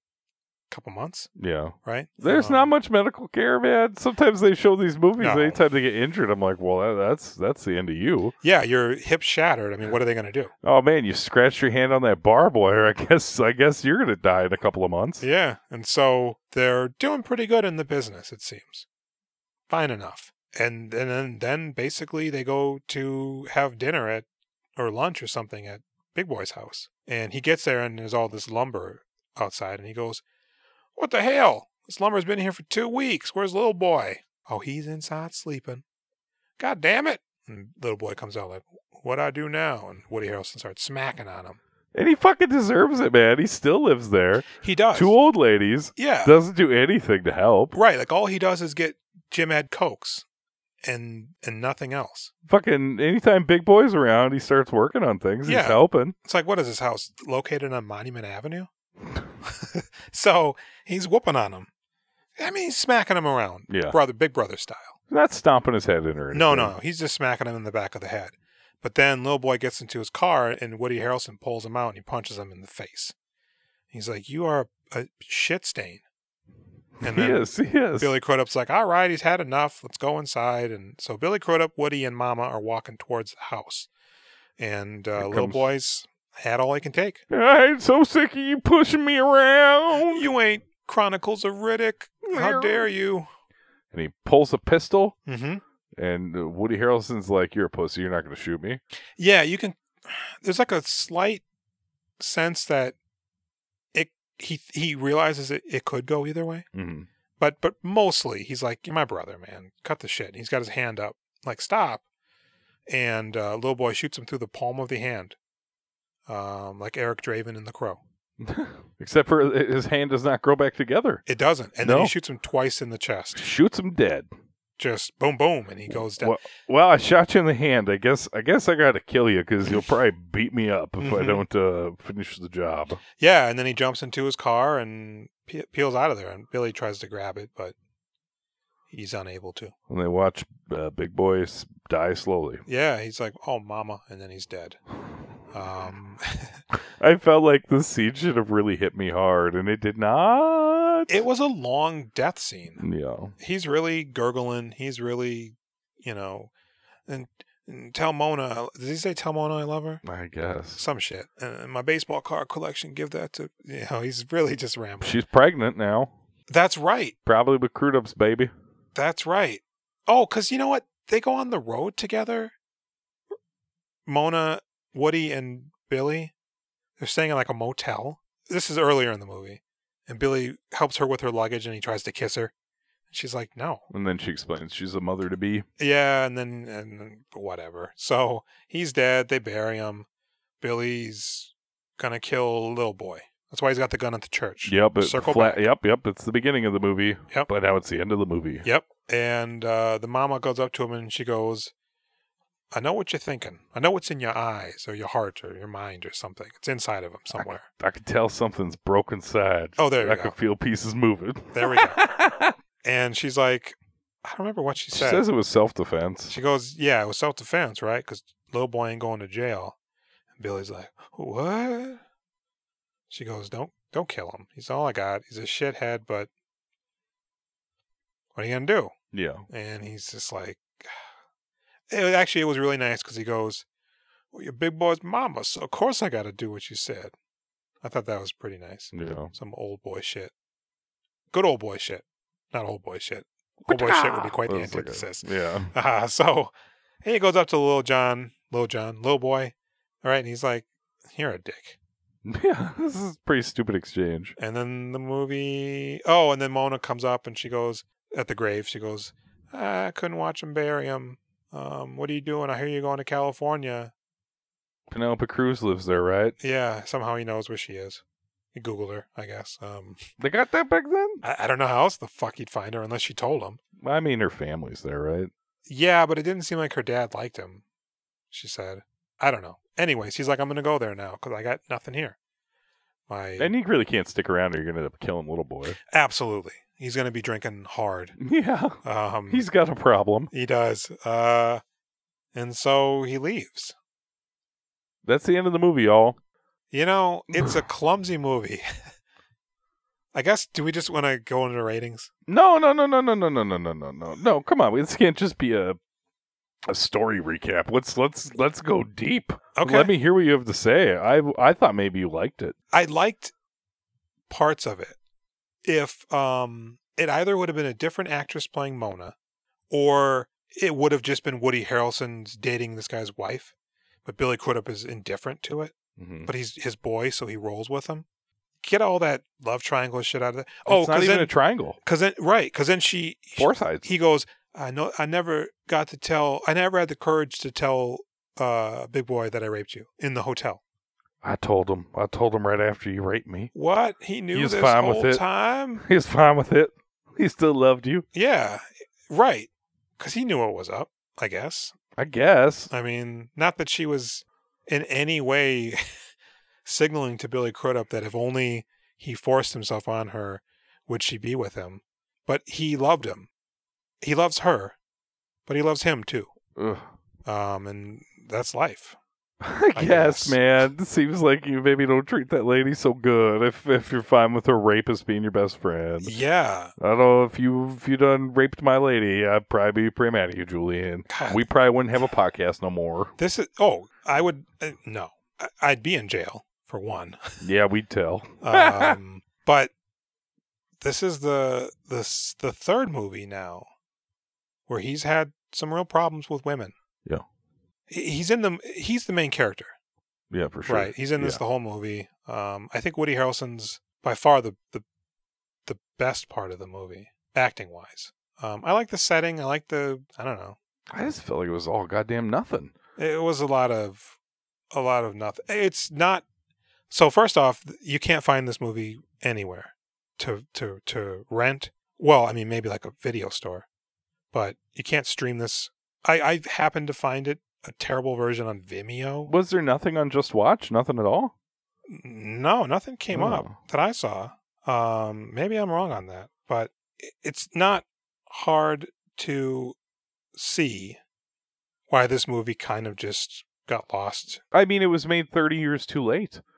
a couple months, Yeah, right? there's Um, not much medical care, man. Sometimes they show these movies. No. Anytime they get injured, I'm like, well, that, that's that's the end of you. Yeah, your hip shattered. I mean, what are they going to do? Oh man, you scratched your hand on that barbed wire. I guess I guess you're gonna die in a couple of months. Yeah. And so they're doing pretty good in the business, it seems. Fine enough. And, and then, then basically they go to have dinner at, or lunch or something at Big Boy's house. And he gets there and there's all this lumber outside and he goes, What the hell? This lumber's been here for two weeks. Where's little boy? Oh, he's inside sleeping. God damn it. And little boy comes out like, What I do now? And Woody Harrelson starts smacking on him. And he fucking deserves it, man. He still lives there. He does. Two old ladies yeah. doesn't do anything to help. Right, like all he does is get Jim Ed Cokes and and nothing else. fucking anytime big boy's around, he starts working on things. Yeah. He's helping. It's like what is his house located on Monument Avenue? so he's whooping on him. I mean, he's smacking him around, Yeah. brother, big brother style. He's Not stomping his head in or anything. No, no, no, he's just smacking him in the back of the head. But then little boy gets into his car, and Woody Harrelson pulls him out and he punches him in the face. He's like, "You are a shit stain." And he then is. He is. Billy Crudup's like, all right, he's had enough. Let's go inside. And so Billy Crudup, Woody, and Mama are walking towards the house. And uh, Here little comes- boy's had all he can take. I'm so sick of you pushing me around. You ain't Chronicles of Riddick. How dare you? And he pulls a pistol, Mm-hmm. and uh, Woody Harrelson's like, "You're a pussy. You're not going to shoot me." Yeah, you can. There's like a slight sense that it he he realizes it, it could go either way. hmm But but mostly he's like, "You're my brother, man. Cut the shit." And he's got his hand up, like stop. And uh, little boy shoots him through the palm of the hand, um, like Eric Draven in The Crow. Except for his hand does not grow back together. It doesn't. And No. then he shoots him twice in the chest. Shoots him dead. Just boom, boom, and he goes down. Well, well, I shot you in the hand. I guess I guess I got to kill you because you'll probably beat me up if I Mhm. don't uh, finish the job. Yeah, and then he jumps into his car and pe- peels out of there. And Billy tries to grab it, but he's unable to. And they watch uh, Big Boy s- die slowly. Yeah, he's like, "Oh, mama," and then he's dead. Um, I felt like the siege should have really hit me hard, and it did not. it was a long death scene. yeah. he's really gurgling. He's really, you know, and, and tell Mona. Does he say tell Mona I love her? I guess Some shit. And my baseball card collection. Give that to you know. He's really just rambling. she's pregnant now, That's right. probably with Crudup's baby. That's right. Oh, because you know what? They go on the road together. Mona, Woody, and Billy. They're staying in like a motel. This is earlier in the movie. And Billy helps her with her luggage and he tries to kiss her. She's like, no. And then she explains she's a mother to be. Yeah, and then and then whatever. So he's dead. They bury him. Billy's gonna kill little boy. That's why he's got the gun at the church. Yep. It Circle fla- back. Yep. Yep. It's the beginning of the movie. Yep. But now it's the end of the movie. Yep. And uh, the mama goes up to him and she goes, "I know what you're thinking. I know what's in your eyes or your heart or your mind or something. It's inside of him somewhere." I can tell something's broken side. Oh, there I you can go. feel pieces moving. There we go. And she's like, "I don't remember what she she said." says it was self defense. She goes, "Yeah, it was self defense, right? Because little boy ain't going to jail." And Billy's like, "What?" She goes, "Don't don't kill him. He's all I got. He's a shithead, but what are you gonna do?" Yeah. And he's just like, it, was- "Actually, it was really nice because he goes, well, your big boy's mama, so of course I got to do what you said." I thought that was pretty nice. Yeah. Some old boy shit, good old boy shit, not old boy shit. Old boy shit would be quite the That's like a- antithesis. yeah. Uh, so and he goes up to Lil John, Lil John, Lil Boy, all right, and he's like, "You're a dick." Yeah. This is a pretty stupid exchange. And then the movie, oh, and then Mona comes up and she goes at the grave. She goes, "I couldn't watch him bury him. Um, what are you doing? I hear you're going to California." Penelope Cruz lives there, right? Yeah, somehow he knows where she is. He Googled her, I guess. Um, They got that back then? I, I don't know how else the fuck he'd find her unless she told him. I mean, her family's there, right? Yeah, but it didn't seem like her dad liked him, she said. I don't know. Anyways, he's like, I'm going to go there now because I got nothing here. My And you really can't stick around or you're going to end up killing little boy. Absolutely. He's going to be drinking hard. Yeah. Um, He's got a problem. He does. Uh, and so he leaves. That's the end of the movie, y'all. You know, it's a clumsy movie. I guess, do we just want to go into ratings? No, no, no, no, no, no, no, no, no, no, no. No, come on. This can't just be a a story recap. Let's let's let's go deep. Okay. Let me hear what you have to say. I I thought maybe you liked it. I liked parts of it. If um it either would have been a different actress playing Mona or it would have just been Woody Harrelson's dating this guy's wife, but Billy Crudup is indifferent to it, Mm-hmm. but he's his boy so he rolls with him. Get all that love triangle shit out of there. Oh, Oh, it's not cuz even then, a triangle. cause then right, cuz then she Four sides. he goes, I know I never got to tell I never had the courage to tell uh big boy that I raped you in the hotel. I told him. I told him right after you raped me. What? He knew He was this fine with whole it. time? He was fine with it. He still loved you. Yeah, right. Because he knew what was up, I guess. I guess. I mean, not that she was in any way signaling to Billy Crudup that if only he forced himself on her, would she be with him. But he loved him. He loves her, but he loves him too. Ugh. Um, and that's life. I guess, guess. man. It seems like you maybe don't treat that lady so good if if you're fine with her rapist being your best friend. Yeah. I don't know if you if you done raped my lady, I'd probably be pretty mad at you, Julian. God, We probably wouldn't have a podcast no more. this is. Oh, I would. Uh, no, I, I'd be in jail for one. Yeah, we'd tell. um, but this is the the s- the third movie now where he's had some real problems with women. Yeah. He- he's in the he's the main character, Yeah, for sure. right? He's in this Yeah. the whole movie. Um, I think Woody Harrelson's by far the the the best part of the movie, acting wise. Um, I like the setting. I like the I don't know. I just felt like it was all goddamn nothing. It was a lot of a lot of nothing. It's not So first off, you can't find this movie anywhere to to to rent. Well, I mean, maybe like a video store, but you can't stream this. I I happened to find it a terrible version on Vimeo. Was there nothing on Just Watch? Nothing at all? No, nothing came Oh. up that I saw. Um, maybe I'm wrong on that, but i- it's not hard to see why this movie kind of just got lost. I mean, it was made 30 years too late.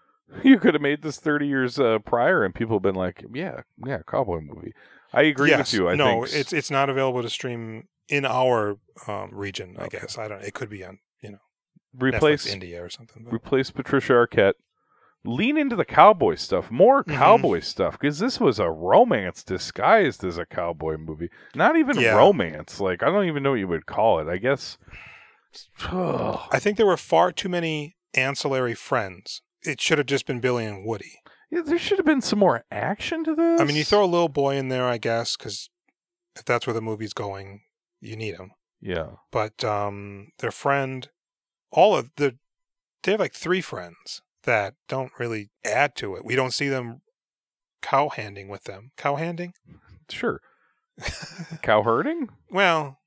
You could have made this 30 years uh, prior, and people have been like, yeah, yeah, cowboy movie. I agree yes, with you. I no, think s- it's it's not available to stream in our um, region. I Okay. guess I don't. It could be on you know replace Netflix India or something. But replace Patricia Arquette. Lean into the cowboy stuff, more Mhm. cowboy stuff, because this was a romance disguised as a cowboy movie. Not even Yeah. romance. Like I don't even know what you would call it. I guess. I think there were far too many ancillary friends. It should have just been Billy and Woody. Yeah, there should have been some more action to this. I mean, you throw a little boy in there, I guess, because if that's where the movie's going, you need him. Yeah. But um, their friend, all of the, they have like three friends that don't really add to it. We don't see them cowhanding with them. Cowhanding? Sure. Cow herding. Well,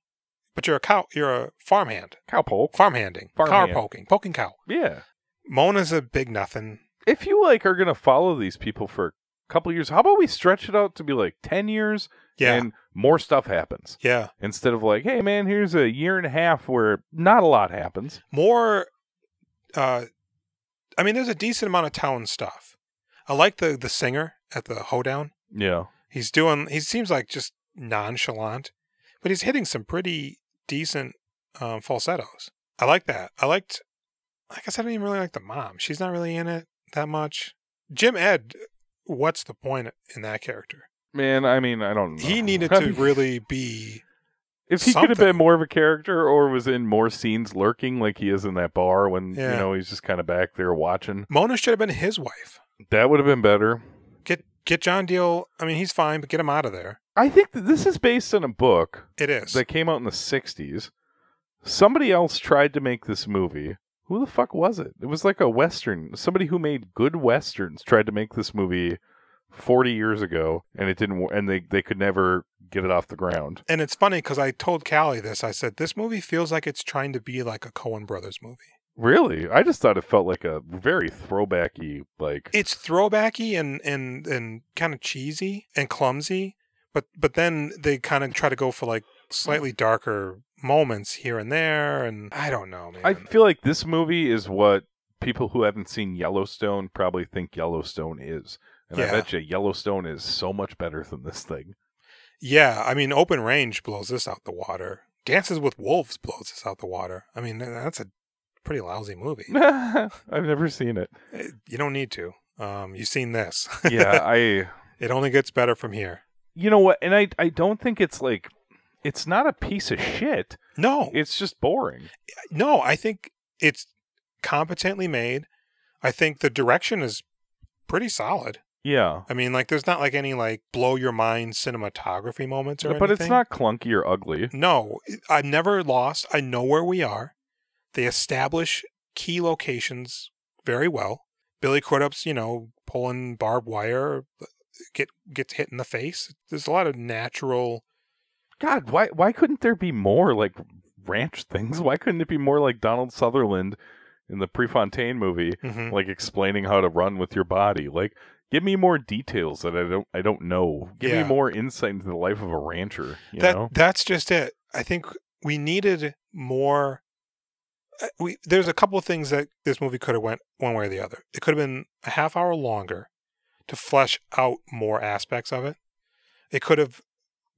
but you're a cow. You're a farmhand. Cow poke. Farmhanding. Farmhand. Cow poking. Poking cow. Yeah. Mona's a big nothing. if you like are gonna follow these people for a couple years, how about we stretch it out to be like ten years Yeah. and more stuff happens yeah. instead of like, hey man, here's a year and a half where not a lot happens. more uh i mean there's a decent amount of town stuff i like the the singer at the hoedown Yeah. he's doing he seems like just nonchalant but he's hitting some pretty decent um falsettos i like that i liked i guess i didn't even really like the mom she's not really in it that much jim ed what's the point in that character Man, I mean, I don't know. he needed I to mean, really be if he could have been something. more of a character or was in more scenes lurking like he is in that bar when you Yeah. know he's just kind of back there watching, mona should have been his wife that would have been better. get get john deal i mean he's fine but get him out of there I think that this is based on a book it is that came out in the 60s. Somebody else tried to make this movie. Who the fuck was it? It was like a Western. Somebody who made good Westerns tried to make this movie 40 years ago, and it didn't, wo- and they, they could never get it off the ground. And it's funny because I told Callie this. I said, this movie feels like it's trying to be like a Coen Brothers movie. Really? I just thought it felt like a very throwbacky, like, It's throwbacky and and and kind of cheesy and clumsy, but but then they kind of try to go for like slightly darker moments here and there. And I don't know, man. I feel like this movie is what people who haven't seen Yellowstone probably think Yellowstone is. And I Yeah. bet you Yellowstone is so much better than this thing. yeah, I mean, Open Range blows this out the water. Dances with Wolves blows this out the water. I mean, that's a pretty lousy movie. I've never seen it. Eh, you don't need to. Um, you've seen this. yeah, I it only gets better from here. you know what, and I I don't think it's like it's not a piece of shit. No, It's just boring. no, I think it's competently made. I think the direction is pretty solid. Yeah. I mean, like, there's not like any like blow your mind cinematography moments or But it's anything. not clunky or ugly. No, I'm never lost. I know where we are. They establish key locations very well. Billy Crudup's, you know, pulling barbed wire, uh, get gets hit in the face. There's a lot of natural. God, why why couldn't there be more like ranch things? Why couldn't it be more like Donald Sutherland in the Prefontaine movie, Mhm. like explaining how to run with your body? Like give me more details that I don't I don't know. Give Yeah. me more insight into the life of a rancher, you that know? that's just it. I think we needed more. uh, We there's a couple of things that this movie could have went one way or the other. It could have been a half hour longer to flesh out more aspects of it. It could have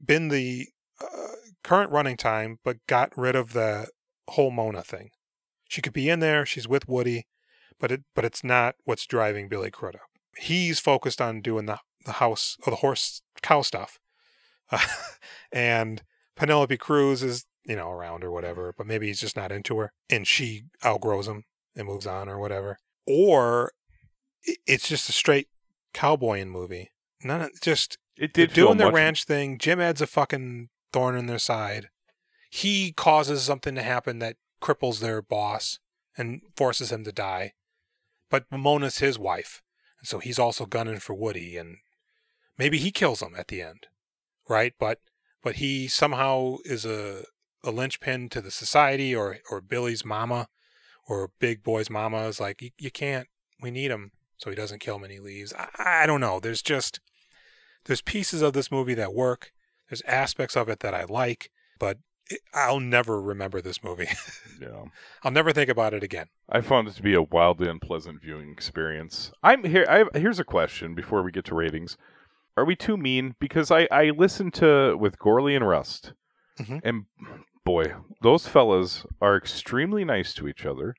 been the uh, current running time, but got rid of the whole Mona thing. She could be in there. She's with Woody, but it but it's not what's driving Billy Crudup. He's focused on doing the the house or the horse cow stuff. and Penelope Cruz is, you know, around or whatever, but maybe he's just not into her and she outgrows him and moves on or whatever. Or i- it's just a straight cowboying movie. None of just It they're did feel doing the much- ranch thing. Jim Ed's a fucking thorn in their side. He causes something to happen that cripples their boss and forces him to die. But Mona's his wife, and so he's also gunning for Woody, and maybe he kills him at the end, right? But but he somehow is a a linchpin to the society, or or Billy's mama, or Big Boy's mama is like, you, you can't. We need him, so he doesn't kill him, and he leaves. I, I don't know. There's just there's pieces of this movie that work. There's aspects of it that I like, but it, I'll never remember this movie. Yeah. I'll never think about it again. I found it to be a wildly unpleasant viewing experience. I'm here. I, here's a question before we get to ratings: Are we too mean? Because I I listened to with Gorley and Rust, Mhm. and boy, those fellas are extremely nice to each other,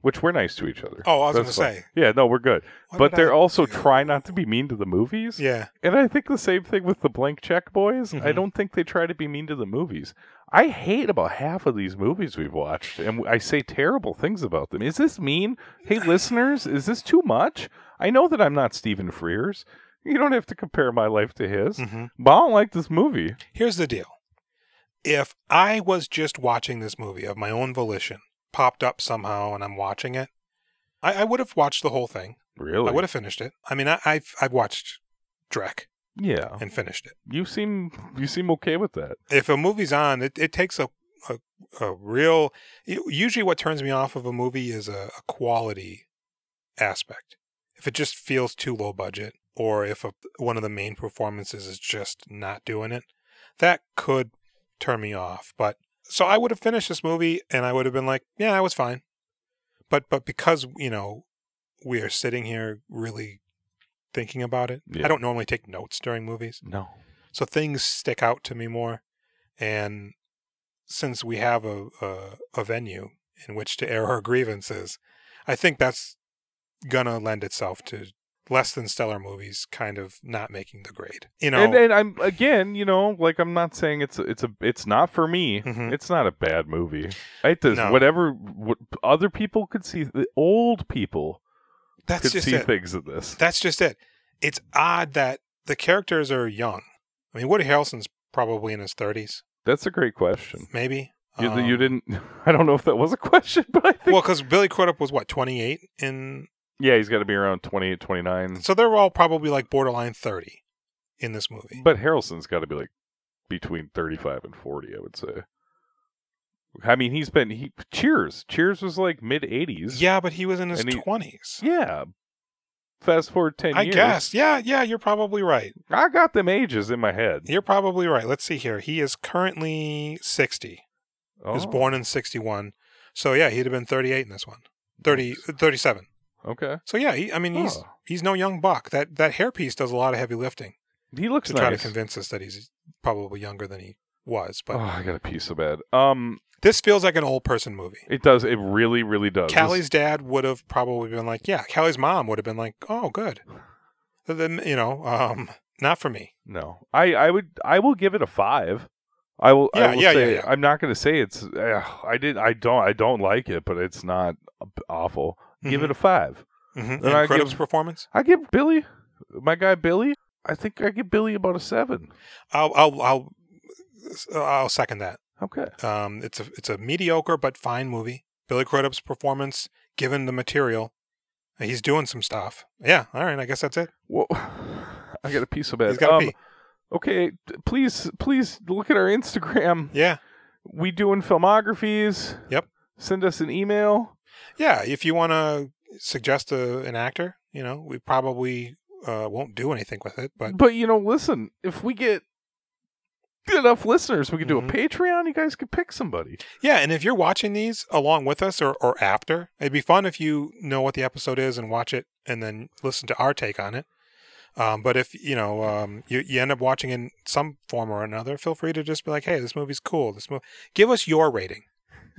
which we're nice to each other. Oh, I was That's gonna fine. say. Yeah, no, we're good. why but would they're I- also try not to be mean to the movies. Yeah. And I think the same thing with the blank check boys. I Mhm. don't think they try to be mean to the movies. I hate about half of these movies we've watched, and I say terrible things about them. Is this mean? Hey, listeners, is this too much? I know that I'm not Stephen Frears. You don't have to compare my life to his, Mhm. but I don't like this movie. Here's the deal. If I was just watching this movie of my own volition, popped up somehow, and I'm watching it, I, I would have watched the whole thing. Really? I would have finished it. I mean, I, I've I've watched Drek Yeah. and finished it. You seem you seem okay with that. If a movie's on, it, it takes a, a a real. u- Usually, what turns me off of a movie is a, a quality aspect. If it just feels too low budget, or if a, one of the main performances is just not doing it, that could turn me off. But so I would have finished this movie, and I would have been like, "Yeah, I was fine." But but because you know we are sitting here really thinking about it, Yeah. I don't normally take notes during movies No. so things stick out to me more and since we have a, a, a venue in which to air our grievances i think that's gonna lend itself to less than stellar movies kind of not making the grade you know And, and I'm again, you know, like I'm not saying it's a, it's a it's not for me. Mhm. It's not a bad movie. It does No. whatever what other people could see. The old people that's could just see it things in this. that's just it it's odd that the characters are young i mean woody harrelson's probably in his 30s That's a great question. maybe You, Um, you didn't. I don't know if that was a question, but I think well because billy crudup was what 28 in yeah, he's got to be around 28, 29. so they're all probably like borderline 30 in this movie But Harrelson's got to be like between thirty five and forty. I would say. I mean, he's been he Cheers. Cheers was like mid eighties. Yeah, but he was in his And he- twenties. Yeah. Fast forward ten I years. guess. Yeah, yeah, you're probably right. I got them ages in my head. You're probably right. Let's see here. He is currently 60. He was Oh, born in 61. So yeah, he'd have been 38 in this one. 30 37. Okay. So yeah, he, I mean he's Oh. he's no young buck. That that hairpiece does a lot of heavy lifting He looks to nice. try to convince us that he's probably younger than he was, but oh, I got a piece of bad. Um, this feels like an old person movie. it does. It really, really does. This- Callie's dad would have probably been like, yeah, Callie's mom would have been like, "Oh, good." Then, you know, um not for me. no, I, I would, I will give it a five. I will. I Yeah, will yeah, say, yeah, yeah. I'm not going to say it's. Uh, I did. I don't. I don't like it, but it's not awful. Give Mhm. it a five. Mm-hmm. And Then I Crudup's give- performance? I give Billy, my guy Billy. I think I give Billy about a seven. I'll I'll I'll, I'll second that. Okay. Um, it's a it's a mediocre but fine movie. Billy Crudup's performance, given the material, he's doing some stuff. Yeah, all right. I guess that's it. Well, I got a piece of bad. He's got to Um, pee. Okay, t- please, please look at our Instagram. Yeah, we doing filmographies. Yep. Send us an email. yeah. If you want to suggest a, an actor, you know, we probably uh, won't do anything with it. But But, you know, listen, if we get enough listeners, we can Mhm. do a Patreon. You guys could pick somebody. yeah, and if you're watching these along with us or or after, it'd be fun if you know what the episode is and watch it and then listen to our take on it. Um, but if you know um, you, you end up watching in some form or another, feel free to just be like, "Hey, this movie's cool." This movie, give us your rating.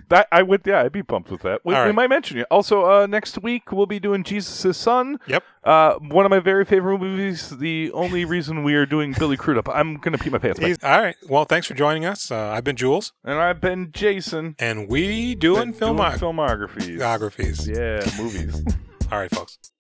That I would, yeah, I'd be pumped with that. We, All we right. might mention it. Also, uh, next week we'll be doing Jesus' Son. Yep. Uh, one of my very favorite movies. The only reason we are doing Billy Crudup. I'm gonna pee my pants. man. He's- all right. Well, thanks for joining us. Uh, I've been Jules, And I've been Jason. and we doing Doing filmographies. filmographies. filmographies. Yeah, movies. All right, folks.